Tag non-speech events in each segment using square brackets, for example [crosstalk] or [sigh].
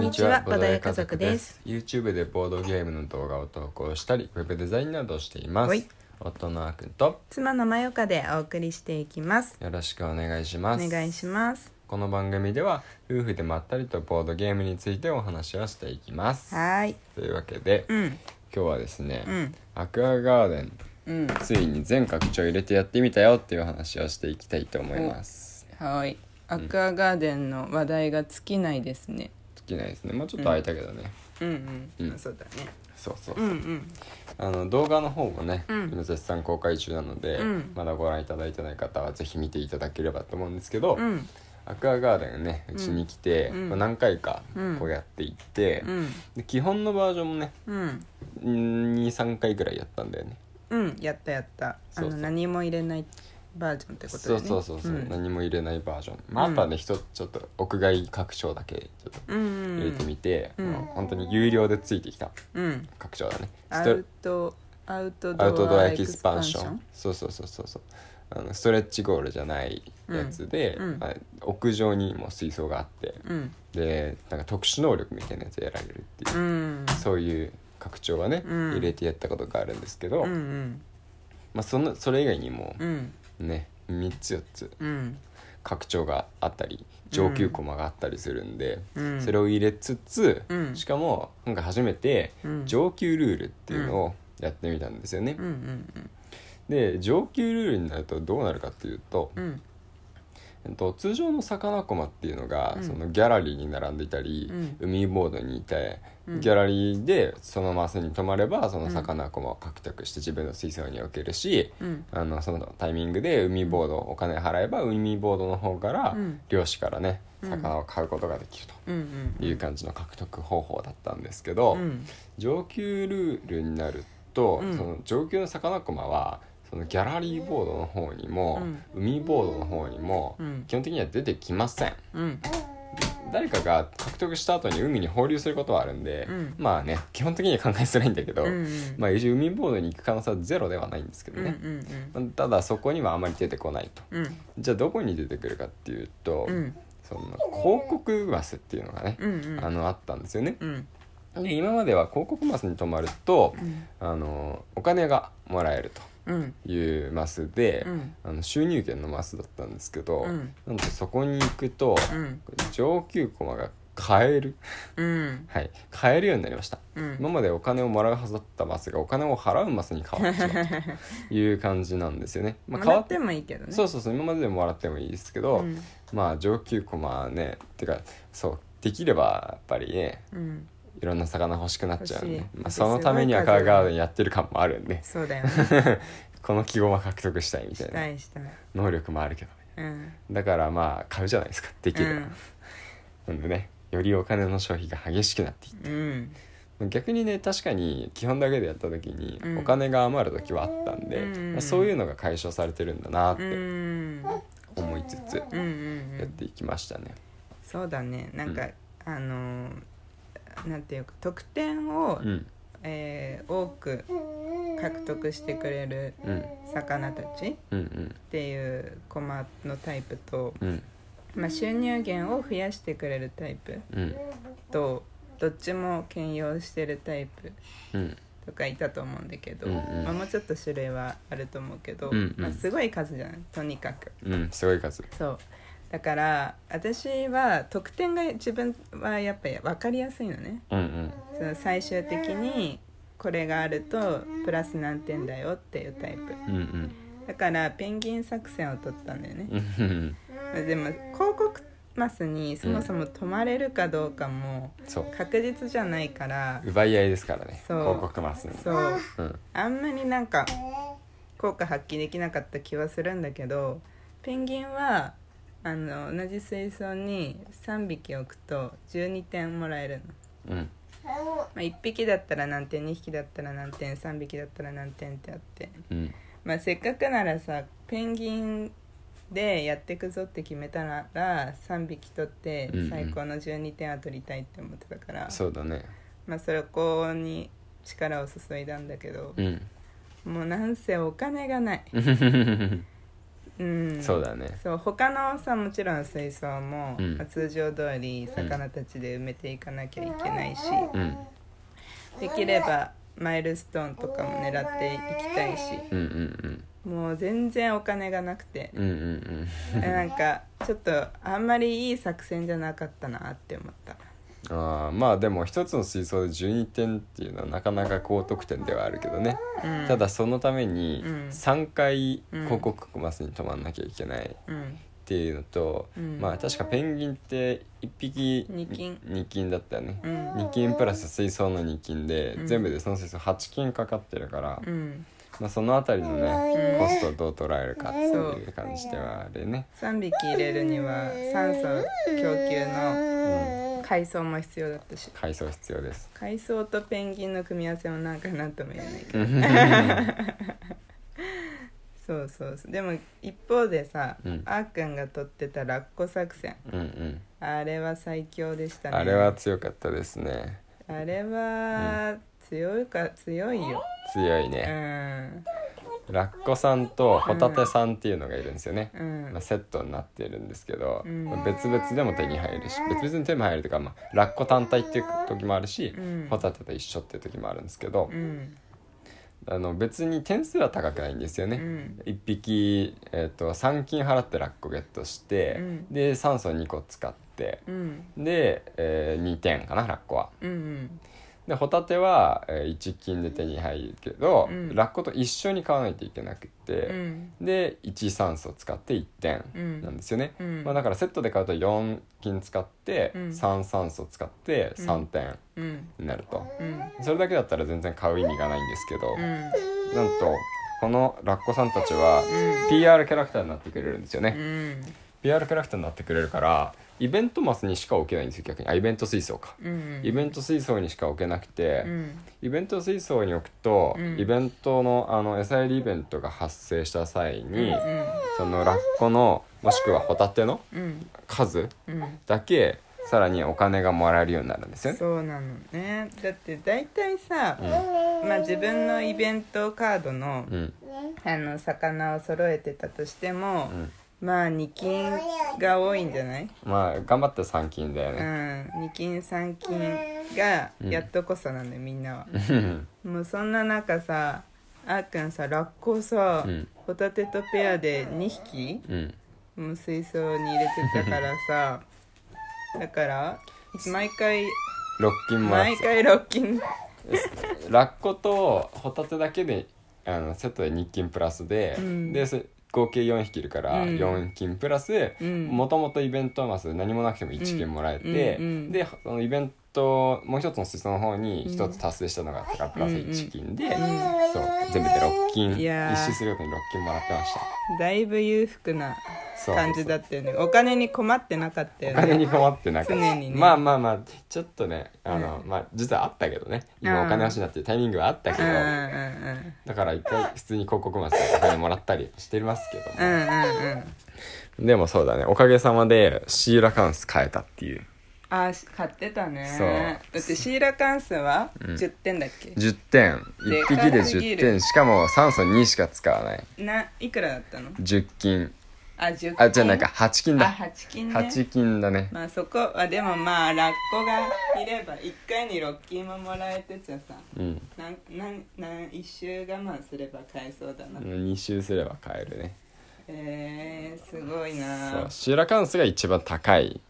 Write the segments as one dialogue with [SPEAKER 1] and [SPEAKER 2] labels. [SPEAKER 1] にちはボドゲ家族です
[SPEAKER 2] YouTube でボードゲームの動画を投稿したりウェブデザインなどをしていま
[SPEAKER 1] は
[SPEAKER 2] す
[SPEAKER 1] い
[SPEAKER 2] 夫のあくんと
[SPEAKER 1] 妻のまよかでお送りしていきます
[SPEAKER 2] よろしくお願いしま
[SPEAKER 1] お
[SPEAKER 2] す
[SPEAKER 1] 願いします
[SPEAKER 2] この番組では夫婦でまったりとボードゲームについてお話をしていきます
[SPEAKER 1] はーい
[SPEAKER 2] というわけで、
[SPEAKER 1] うん
[SPEAKER 2] 今日はですね、
[SPEAKER 1] うん
[SPEAKER 2] アクアガーデン
[SPEAKER 1] うん
[SPEAKER 2] ついに全拡張入れてやってみたよっていう話をしていきたいと思います
[SPEAKER 1] はーいアクアガーデンの話題が尽きないですね
[SPEAKER 2] 好きないですねもうちょっと空いたけどね、
[SPEAKER 1] うんうん、
[SPEAKER 2] うん
[SPEAKER 1] そうだね
[SPEAKER 2] そうそうそう、
[SPEAKER 1] うんうん
[SPEAKER 2] あの動画の方もね、
[SPEAKER 1] うん
[SPEAKER 2] 今絶賛公開中なので、
[SPEAKER 1] うん
[SPEAKER 2] まだご覧いただいてない方はぜひ見ていただければと思うんですけど、
[SPEAKER 1] うん
[SPEAKER 2] アクアガーデンねうちに来て、
[SPEAKER 1] うん
[SPEAKER 2] まあ何回か
[SPEAKER 1] うん
[SPEAKER 2] こうやっていって、
[SPEAKER 1] うん
[SPEAKER 2] で基本のバージョンもね
[SPEAKER 1] うん
[SPEAKER 2] 23回ぐらいやったんだよね
[SPEAKER 1] うんやったやった
[SPEAKER 2] そう
[SPEAKER 1] あ
[SPEAKER 2] そう
[SPEAKER 1] の何も入れないバージョンってことだ
[SPEAKER 2] そ
[SPEAKER 1] よ
[SPEAKER 2] う
[SPEAKER 1] ね
[SPEAKER 2] そうそうそう、
[SPEAKER 1] ん、
[SPEAKER 2] 何も入れないバージョン、まあ、あとはねひとちょっと屋外拡張だけちょっと
[SPEAKER 1] うんうん
[SPEAKER 2] 入れてみて、
[SPEAKER 1] うん
[SPEAKER 2] もう本当に有料でついてきた
[SPEAKER 1] うん
[SPEAKER 2] 拡張だね
[SPEAKER 1] ア
[SPEAKER 2] ストレ
[SPEAKER 1] ウトアウト
[SPEAKER 2] アウト
[SPEAKER 1] ド
[SPEAKER 2] ド
[SPEAKER 1] ア
[SPEAKER 2] ア
[SPEAKER 1] エ
[SPEAKER 2] エ
[SPEAKER 1] ク
[SPEAKER 2] キ
[SPEAKER 1] ス
[SPEAKER 2] ス
[SPEAKER 1] パ
[SPEAKER 2] パ
[SPEAKER 1] ン
[SPEAKER 2] ン
[SPEAKER 1] シ
[SPEAKER 2] シ
[SPEAKER 1] ョ
[SPEAKER 2] ョ
[SPEAKER 1] ン
[SPEAKER 2] ンそうそうそうそうそうあのストレッチゴールじゃないやつで、
[SPEAKER 1] うんうん
[SPEAKER 2] あ屋上にも水槽があって
[SPEAKER 1] うん
[SPEAKER 2] でなんか特殊能力みたいなやつやられるっていう
[SPEAKER 1] う、ん
[SPEAKER 2] そういう拡張はね、
[SPEAKER 1] うん
[SPEAKER 2] 入れてやったことがあるんですけど、
[SPEAKER 1] うんうん
[SPEAKER 2] まあ、そのそれ以外にも
[SPEAKER 1] うん
[SPEAKER 2] ね3つ4つ
[SPEAKER 1] うん
[SPEAKER 2] 拡張があったり上級駒があったりするんで、
[SPEAKER 1] うん
[SPEAKER 2] それを入れつつ、
[SPEAKER 1] うん
[SPEAKER 2] しかもなんか初めて
[SPEAKER 1] うん
[SPEAKER 2] 上級ルールっていうのをやってみたんですよね。
[SPEAKER 1] うんうん
[SPEAKER 2] で上級ルールになるとどうなるかっていうと、
[SPEAKER 1] うんうん
[SPEAKER 2] えっと、通常の魚駒っていうのが、
[SPEAKER 1] うん
[SPEAKER 2] そのギャラリーに並んでいたり、
[SPEAKER 1] うん
[SPEAKER 2] 海ボードにいて、
[SPEAKER 1] うん
[SPEAKER 2] ギャラリーでそのマスに止まればその魚駒を獲得して自分の水槽に置けるし、
[SPEAKER 1] うん
[SPEAKER 2] あのそのタイミングで海ボードお金払えば海ボードの方から、
[SPEAKER 1] うん
[SPEAKER 2] 漁師からね
[SPEAKER 1] うん
[SPEAKER 2] 魚を買うことができる
[SPEAKER 1] うんうん
[SPEAKER 2] という感じの獲得方法だったんですけど、
[SPEAKER 1] うん
[SPEAKER 2] 上級ルールになると、
[SPEAKER 1] うん
[SPEAKER 2] その上級の魚駒はそのギャラリーボードの方にも、
[SPEAKER 1] う
[SPEAKER 2] 海ボードの方にも、
[SPEAKER 1] うん
[SPEAKER 2] 基本的には出てきません
[SPEAKER 1] うん
[SPEAKER 2] 誰かが獲得した後に海に放流することはあるんで、
[SPEAKER 1] うん
[SPEAKER 2] まあね基本的には考えづらいんだけど、
[SPEAKER 1] うんうん
[SPEAKER 2] まあ一応海ボードに行く可能性はゼロではないんですけど
[SPEAKER 1] うん
[SPEAKER 2] ね、
[SPEAKER 1] うん
[SPEAKER 2] まあただそこにはあまり出てこないと
[SPEAKER 1] うんうん
[SPEAKER 2] じゃあどこに出てくるかっていうと、
[SPEAKER 1] うん
[SPEAKER 2] その広告マスっていうのがね、
[SPEAKER 1] うんうん
[SPEAKER 2] あのあったんですよね
[SPEAKER 1] うん
[SPEAKER 2] で今までは広告マスに泊まると、
[SPEAKER 1] うん
[SPEAKER 2] あのお金がもらえる
[SPEAKER 1] うん
[SPEAKER 2] というマスで、
[SPEAKER 1] うん
[SPEAKER 2] あの収入源のマスだったんですけど、
[SPEAKER 1] うん
[SPEAKER 2] なのでそこに行くと、
[SPEAKER 1] うん
[SPEAKER 2] 上級駒が買える
[SPEAKER 1] うん
[SPEAKER 2] はい買えるようになりました、
[SPEAKER 1] うん
[SPEAKER 2] 今までお金をもらうはずだったマスがお金を払うマスに変わってしまったという感じなんですよね、
[SPEAKER 1] [laughs]
[SPEAKER 2] まあ、
[SPEAKER 1] も
[SPEAKER 2] 変
[SPEAKER 1] ら
[SPEAKER 2] わ
[SPEAKER 1] ってもいいけどね
[SPEAKER 2] そうそうそう今まででももらってもいいですけど、
[SPEAKER 1] うん
[SPEAKER 2] まあ上級駒はねてかそうできればやっぱりね
[SPEAKER 1] うん
[SPEAKER 2] いろんな魚欲しくなっちゃうんで、
[SPEAKER 1] 欲しい
[SPEAKER 2] まあ、そのためにアクアガーデンやってる感もあるんで
[SPEAKER 1] そうだよね
[SPEAKER 2] この記号は獲得したいみた
[SPEAKER 1] し
[SPEAKER 2] いな
[SPEAKER 1] たいしたい
[SPEAKER 2] 能力もあるけどね
[SPEAKER 1] うん
[SPEAKER 2] だからまあ買うじゃないですかできれば、なんでねよりお金の消費が激しくなっていっ
[SPEAKER 1] うんうん
[SPEAKER 2] 逆にね確かに基本だけでやった時に
[SPEAKER 1] うん
[SPEAKER 2] お金が余る時はあったんで、
[SPEAKER 1] うんうんうん
[SPEAKER 2] そういうのが解消されてるんだなっ
[SPEAKER 1] うん
[SPEAKER 2] て思いつつ
[SPEAKER 1] うんう
[SPEAKER 2] や
[SPEAKER 1] んうん
[SPEAKER 2] っていきましたね。
[SPEAKER 1] そうだねなんか、
[SPEAKER 2] う
[SPEAKER 1] あのーなんていうか得点を、
[SPEAKER 2] うん、
[SPEAKER 1] えー多く獲得してくれる
[SPEAKER 2] うん、
[SPEAKER 1] 魚たちっ
[SPEAKER 2] うん、うん、
[SPEAKER 1] ていうコマのタイプと、
[SPEAKER 2] うん、
[SPEAKER 1] まあ、収入源を増やしてくれるタイプ
[SPEAKER 2] うん、
[SPEAKER 1] とどっちも兼用してるタイプ
[SPEAKER 2] うん、
[SPEAKER 1] とかいたと思うんだけど、
[SPEAKER 2] うんうん
[SPEAKER 1] まあ、もうちょっと種類はあると思うけど、
[SPEAKER 2] うんうん
[SPEAKER 1] まあ、すごい数じゃないとにかく。
[SPEAKER 2] うん、すごい数。
[SPEAKER 1] そうだから私は得点が自分はやっぱり分かりやすいのね
[SPEAKER 2] うん、うん、
[SPEAKER 1] その最終的にこれがあるとプラス何点だよっていうタイプ
[SPEAKER 2] うん、うん、
[SPEAKER 1] だからペンギン作戦を取ったんだよね
[SPEAKER 2] うん、うん、
[SPEAKER 1] でも広告マスにそもそも泊まれるかどうかも
[SPEAKER 2] そう、
[SPEAKER 1] 確実じゃないから
[SPEAKER 2] 奪い合いですからね。
[SPEAKER 1] そう
[SPEAKER 2] 広告マスに。
[SPEAKER 1] そう
[SPEAKER 2] うん、
[SPEAKER 1] あんまりなんか効果発揮できなかった気はするんだけどペンギンはあの同じ水槽に3匹置くと12点もらえるの、
[SPEAKER 2] うん、
[SPEAKER 1] まあ、1匹だったら何点2匹だったら何点3匹だったら何点ってあって、
[SPEAKER 2] うん、
[SPEAKER 1] まあ、せっかくならさペンギンでやってくぞって決めたら3匹取って
[SPEAKER 2] うんうん
[SPEAKER 1] 最高の12点は取りたいって思ってたから、
[SPEAKER 2] そうだね。
[SPEAKER 1] まあ、そこに力を注いだんだけど
[SPEAKER 2] う、ん、
[SPEAKER 1] もうなんせお金がないうん、
[SPEAKER 2] そうだね
[SPEAKER 1] そう他のさもちろん水槽も、
[SPEAKER 2] うん
[SPEAKER 1] まあ通常通り魚たちで埋めていかなきゃいけないし、
[SPEAKER 2] うん
[SPEAKER 1] できればマイルストーンとかも狙っていきたいし
[SPEAKER 2] うんうん
[SPEAKER 1] もう全然お金がなくて
[SPEAKER 2] うんうんうん
[SPEAKER 1] えなんかちょっとあんまりいい作戦じゃなかったなって思った
[SPEAKER 2] うんあーまあでも一つの水槽で12点っていうのはなかなか高得点ではあるけどね、
[SPEAKER 1] うん
[SPEAKER 2] ただそのために
[SPEAKER 1] うん
[SPEAKER 2] 3回
[SPEAKER 1] うん
[SPEAKER 2] 広告マスに止まんなきゃいけないっ
[SPEAKER 1] うん
[SPEAKER 2] ていうのと、
[SPEAKER 1] うん
[SPEAKER 2] まあ確かペンギンって1匹
[SPEAKER 1] 二金
[SPEAKER 2] 二金だったよね、
[SPEAKER 1] うん
[SPEAKER 2] 二金プラス水槽の2金で、
[SPEAKER 1] うん
[SPEAKER 2] 全部でその水槽8金かかってるから、
[SPEAKER 1] うん
[SPEAKER 2] まあ、そのあたりのね、コストをどう捉えるかっていう感じではあれね
[SPEAKER 1] 3匹入れるには酸素供給の
[SPEAKER 2] う
[SPEAKER 1] 海藻も必要だったし
[SPEAKER 2] 改装必要です
[SPEAKER 1] 海藻とペンギンの組み合わせもなんかなんとも言えないけど
[SPEAKER 2] [laughs]
[SPEAKER 1] そうそうそうでも一方でさ、
[SPEAKER 2] うん
[SPEAKER 1] あっくんが取ってたラッコ作戦
[SPEAKER 2] うんうん
[SPEAKER 1] あれは最強でしたね
[SPEAKER 2] あれは強かったですね
[SPEAKER 1] あれは強いか強いよ
[SPEAKER 2] 強いうね、
[SPEAKER 1] ん
[SPEAKER 2] ラッコさんとホタテさんっていうのがいるんですよね、
[SPEAKER 1] うん
[SPEAKER 2] まあ、セットになってるんですけど、
[SPEAKER 1] うん
[SPEAKER 2] まあ別々でも手に入るし別々に手に入るというか、まあ、ラッコ単体っていう時もあるし、
[SPEAKER 1] うん
[SPEAKER 2] ホタテと一緒っていう時もあるんですけど、
[SPEAKER 1] うん
[SPEAKER 2] あの別に点数は高くないんですよね、
[SPEAKER 1] うん
[SPEAKER 2] 1匹、えー、と3金払ってラッコゲットして、
[SPEAKER 1] うん
[SPEAKER 2] で酸素2個使って
[SPEAKER 1] うん
[SPEAKER 2] で、え2点かなラッコは
[SPEAKER 1] うんうん
[SPEAKER 2] でホタテは、え1金で手に入るけど、
[SPEAKER 1] うん
[SPEAKER 2] ラッコと一緒に買わないといけなくて、
[SPEAKER 1] うん
[SPEAKER 2] で1酸素使って1点なんですよね、
[SPEAKER 1] うん
[SPEAKER 2] まあ、だからセットで買うと4金使って、
[SPEAKER 1] うん
[SPEAKER 2] 3酸素使って3点
[SPEAKER 1] うん
[SPEAKER 2] になると、
[SPEAKER 1] うん
[SPEAKER 2] それだけだったら全然買う意味がないんですけど、
[SPEAKER 1] うん
[SPEAKER 2] なんとこのラッコさんたちは
[SPEAKER 1] う
[SPEAKER 2] PR キャラクターになってくれるんですよね、
[SPEAKER 1] うん
[SPEAKER 2] PR キャラクターになってくれるからイベントマスにしか置けないんですよ逆にあイベント水槽か、
[SPEAKER 1] うん
[SPEAKER 2] イベント水槽にしか置けなくて、
[SPEAKER 1] うん
[SPEAKER 2] イベント水槽に置くと、
[SPEAKER 1] うん
[SPEAKER 2] イベントのあの餌やりイベントが発生した際に、
[SPEAKER 1] うん
[SPEAKER 2] そのラッコのもしくはホタテの
[SPEAKER 1] うん
[SPEAKER 2] 数
[SPEAKER 1] うん
[SPEAKER 2] だけさらにお金がもらえるようになるんですよね
[SPEAKER 1] そうなのねだって大体さ、
[SPEAKER 2] う
[SPEAKER 1] まあ、自分のイベントカードの,、
[SPEAKER 2] んうん
[SPEAKER 1] あの魚を揃えてたとしても
[SPEAKER 2] う、ん
[SPEAKER 1] まあ2金が多いんじゃない、
[SPEAKER 2] まあ頑張って3金だ
[SPEAKER 1] う
[SPEAKER 2] よ
[SPEAKER 1] ん、
[SPEAKER 2] ね、
[SPEAKER 1] 2金3金がやっとこそなんだよみんなは、もうそんな中さあーくんさラッコさ、
[SPEAKER 2] うん
[SPEAKER 1] ホタテとペアで2匹
[SPEAKER 2] うん
[SPEAKER 1] もう水槽に入れてたからさだから毎回
[SPEAKER 2] 6金もらって
[SPEAKER 1] 毎回ロッキン
[SPEAKER 2] ラッコとホタテだけであのセットで2金プラスで、
[SPEAKER 1] うん
[SPEAKER 2] でそ合計4匹いるから
[SPEAKER 1] うん
[SPEAKER 2] 4金プラス
[SPEAKER 1] うん
[SPEAKER 2] もともとイベントマスで何もなくても1金もらえて、
[SPEAKER 1] うんうん
[SPEAKER 2] でそのイベントもう一つの水槽の方に1つ達成したのがあったからプラス1金で、そう全部で6金
[SPEAKER 1] いやー
[SPEAKER 2] 一周するごとに6金もらってました
[SPEAKER 1] だいぶ裕福な
[SPEAKER 2] そう
[SPEAKER 1] 感じだったよねお金に困ってなかった
[SPEAKER 2] お
[SPEAKER 1] よ
[SPEAKER 2] 金
[SPEAKER 1] ね
[SPEAKER 2] に困ってなかった、
[SPEAKER 1] 常にね
[SPEAKER 2] まあまあまあちょっとねあの、まあ実はあったけどね今お金欲しいなっていうタイミングはあったけ
[SPEAKER 1] うん
[SPEAKER 2] ど、
[SPEAKER 1] うんうん
[SPEAKER 2] だから一回普通に広告マスでお金もらったりしてますけど
[SPEAKER 1] う
[SPEAKER 2] も、
[SPEAKER 1] んうんうん
[SPEAKER 2] でもそうだねおかげさまでシーラカンス変えたっていう
[SPEAKER 1] あーし買ってたね
[SPEAKER 2] そう
[SPEAKER 1] だってシーラカンスは10点だっけ、
[SPEAKER 2] 10点
[SPEAKER 1] で
[SPEAKER 2] 1匹で
[SPEAKER 1] かすぎ
[SPEAKER 2] 10
[SPEAKER 1] る
[SPEAKER 2] 点しかも酸素2しか使わない
[SPEAKER 1] ないくらだったの
[SPEAKER 2] 10金
[SPEAKER 1] あ10金
[SPEAKER 2] あじゃあなんか8金
[SPEAKER 1] あ
[SPEAKER 2] だ
[SPEAKER 1] 8金ね
[SPEAKER 2] 8金だね
[SPEAKER 1] まあそこはでもまあラッコがいれば1回に6金ももらえてちゃさ
[SPEAKER 2] うん
[SPEAKER 1] なんなんなん1周我慢すれば買えそうだな、
[SPEAKER 2] 2周すれば買えるね
[SPEAKER 1] えー、すごい
[SPEAKER 2] そ
[SPEAKER 1] な
[SPEAKER 2] うシーラカンスが一番高い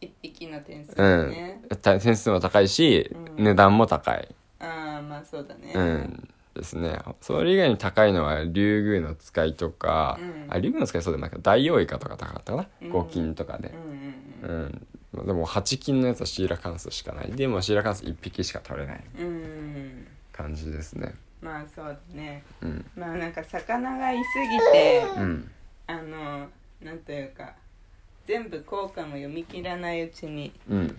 [SPEAKER 1] 1匹の点数
[SPEAKER 2] う
[SPEAKER 1] だ
[SPEAKER 2] ん
[SPEAKER 1] ね、
[SPEAKER 2] た点数も高いし、
[SPEAKER 1] うん
[SPEAKER 2] 値段も高い
[SPEAKER 1] ああまあそうだね
[SPEAKER 2] うんですねそれ以外に高いのは竜宮の使いとか、
[SPEAKER 1] うん
[SPEAKER 2] あ竜宮の使いそうでもないかダイオウイカとか高かったかな、
[SPEAKER 1] うん
[SPEAKER 2] 5金とかで
[SPEAKER 1] うん、うん
[SPEAKER 2] うんでも8金のやつはシーラカンスしかないでもシーラカンス1匹しか取れない
[SPEAKER 1] うんうん
[SPEAKER 2] 感じですね
[SPEAKER 1] まあそうだね
[SPEAKER 2] うん
[SPEAKER 1] まあなんか魚がいすぎて
[SPEAKER 2] うん
[SPEAKER 1] あのなんというか全部効果も読み切らないうちに
[SPEAKER 2] うん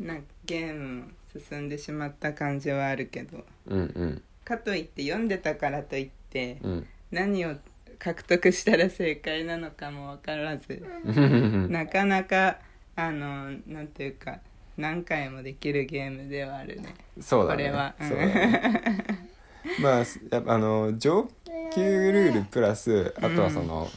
[SPEAKER 1] なんかゲーム進んでしまった感じはあるけど
[SPEAKER 2] うんうん
[SPEAKER 1] かといって読んでたからといって
[SPEAKER 2] うん
[SPEAKER 1] 何を獲得したら正解なのかも分からず
[SPEAKER 2] うん
[SPEAKER 1] なかなかあのなんというか何回もできるゲームではあるね
[SPEAKER 2] そうだね
[SPEAKER 1] これは
[SPEAKER 2] そうだねまあすやっぱあの上級ルールプラスあとはその、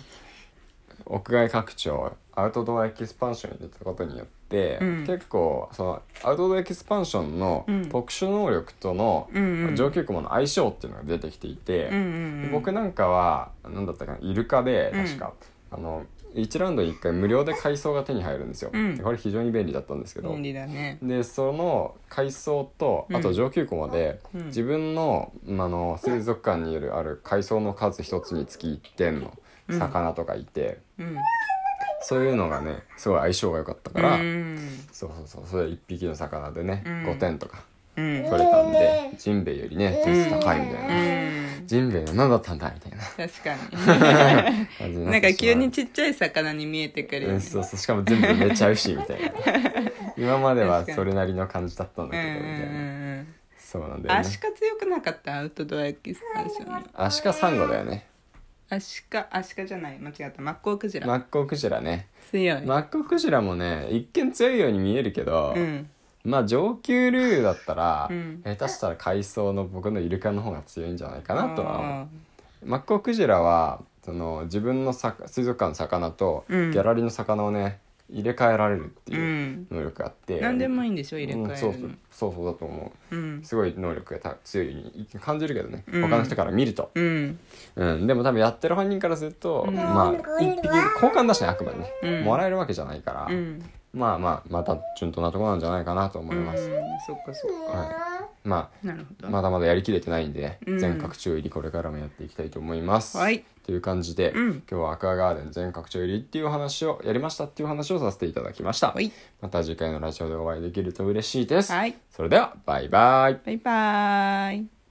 [SPEAKER 2] 屋外拡張アウトドアエキスパンションに出たことによって、
[SPEAKER 1] うん
[SPEAKER 2] 結構そのアウトドアエキスパンションの
[SPEAKER 1] うん
[SPEAKER 2] 特殊能力との
[SPEAKER 1] うんうん
[SPEAKER 2] 上級雲の相性っていうのが出てきていて、
[SPEAKER 1] うんうんうん
[SPEAKER 2] 僕なんかは何だったかなイルカで
[SPEAKER 1] うん
[SPEAKER 2] 確か、あの1ラウンドに1回無料で海藻が手に入るんですよ、
[SPEAKER 1] うん
[SPEAKER 2] これ非常に便利だったんですけど
[SPEAKER 1] 便利だね
[SPEAKER 2] でその海藻と
[SPEAKER 1] うん
[SPEAKER 2] あと上級コマで、
[SPEAKER 1] うん
[SPEAKER 2] 自分の,、あの水族館にいるある海藻の数一つにつき1点の魚とかいて、
[SPEAKER 1] うん
[SPEAKER 2] そういうのがねすごい相性が良かったか
[SPEAKER 1] う
[SPEAKER 2] ら、
[SPEAKER 1] ん
[SPEAKER 2] そうそうそうそれ1匹の魚でね、
[SPEAKER 1] うん
[SPEAKER 2] 5点とか
[SPEAKER 1] うん
[SPEAKER 2] 取れたんで、ジンベエよりね点数高いみたい
[SPEAKER 1] う
[SPEAKER 2] な、
[SPEAKER 1] ん
[SPEAKER 2] ジンベエ何だったんだみたいな
[SPEAKER 1] 確かに [laughs]
[SPEAKER 2] 感 [laughs] じに
[SPEAKER 1] な
[SPEAKER 2] っ
[SPEAKER 1] んか
[SPEAKER 2] てしま
[SPEAKER 1] 急
[SPEAKER 2] う
[SPEAKER 1] にちっちゃい魚に見えてくるよ
[SPEAKER 2] う
[SPEAKER 1] ね
[SPEAKER 2] ん、そうそうしかも全部めちゃうしみ
[SPEAKER 1] [laughs]
[SPEAKER 2] たいな今まではそれなりの感じだったんだ
[SPEAKER 1] うんうん
[SPEAKER 2] けどみたいな、
[SPEAKER 1] うん
[SPEAKER 2] そうなん
[SPEAKER 1] うん
[SPEAKER 2] だよね
[SPEAKER 1] アシカ強くなかったアウトドアエキスパンションの
[SPEAKER 2] アシカサンゴだよね
[SPEAKER 1] アシカアシカじゃない間違ったマッコウクジラ、
[SPEAKER 2] マッコウクジラね
[SPEAKER 1] 強い、
[SPEAKER 2] マッコウクジラもね一見強いように見えるけど、
[SPEAKER 1] うん
[SPEAKER 2] まあ上級ルールだったら、
[SPEAKER 1] うん
[SPEAKER 2] 下手したら海藻の僕のイルカの方が強いんじゃないか
[SPEAKER 1] あ
[SPEAKER 2] なとは思うマッコウクジラはその自分のさ水族館の魚とギ
[SPEAKER 1] うん
[SPEAKER 2] ャラリーの魚をね入れ替えられるって
[SPEAKER 1] う
[SPEAKER 2] いうん能力があって、
[SPEAKER 1] 何でもいいんでしょ入れ替えるの
[SPEAKER 2] うんそうそうそうそうだと思う
[SPEAKER 1] うん
[SPEAKER 2] すごい能力がた強いように感じるけどね、
[SPEAKER 1] うん
[SPEAKER 2] 他の人から見ると、
[SPEAKER 1] うん
[SPEAKER 2] うん、でも多分やってる本人からすると、
[SPEAKER 1] うん
[SPEAKER 2] まあ一匹交換だしねあくまでね、
[SPEAKER 1] うん
[SPEAKER 2] もらえるわけじゃないから、
[SPEAKER 1] うん
[SPEAKER 2] まあまあまた順当なとこなんじゃないかなと思います、
[SPEAKER 1] うんそっかそっか
[SPEAKER 2] はい、ま
[SPEAKER 1] なるほ
[SPEAKER 2] あ
[SPEAKER 1] ど
[SPEAKER 2] まだまだやりきれてないんで、
[SPEAKER 1] うん
[SPEAKER 2] 全拡張入りこれからもやっていきたいと思います、
[SPEAKER 1] はい
[SPEAKER 2] という感じで、
[SPEAKER 1] うん
[SPEAKER 2] 今日はアクアガーデン全拡張入りっていうお話をやりましたっていうお話をさせていただきました、
[SPEAKER 1] はい
[SPEAKER 2] また次回のラジオでお会いできると嬉しいです、
[SPEAKER 1] はい
[SPEAKER 2] それではバイバイ
[SPEAKER 1] バイバーイ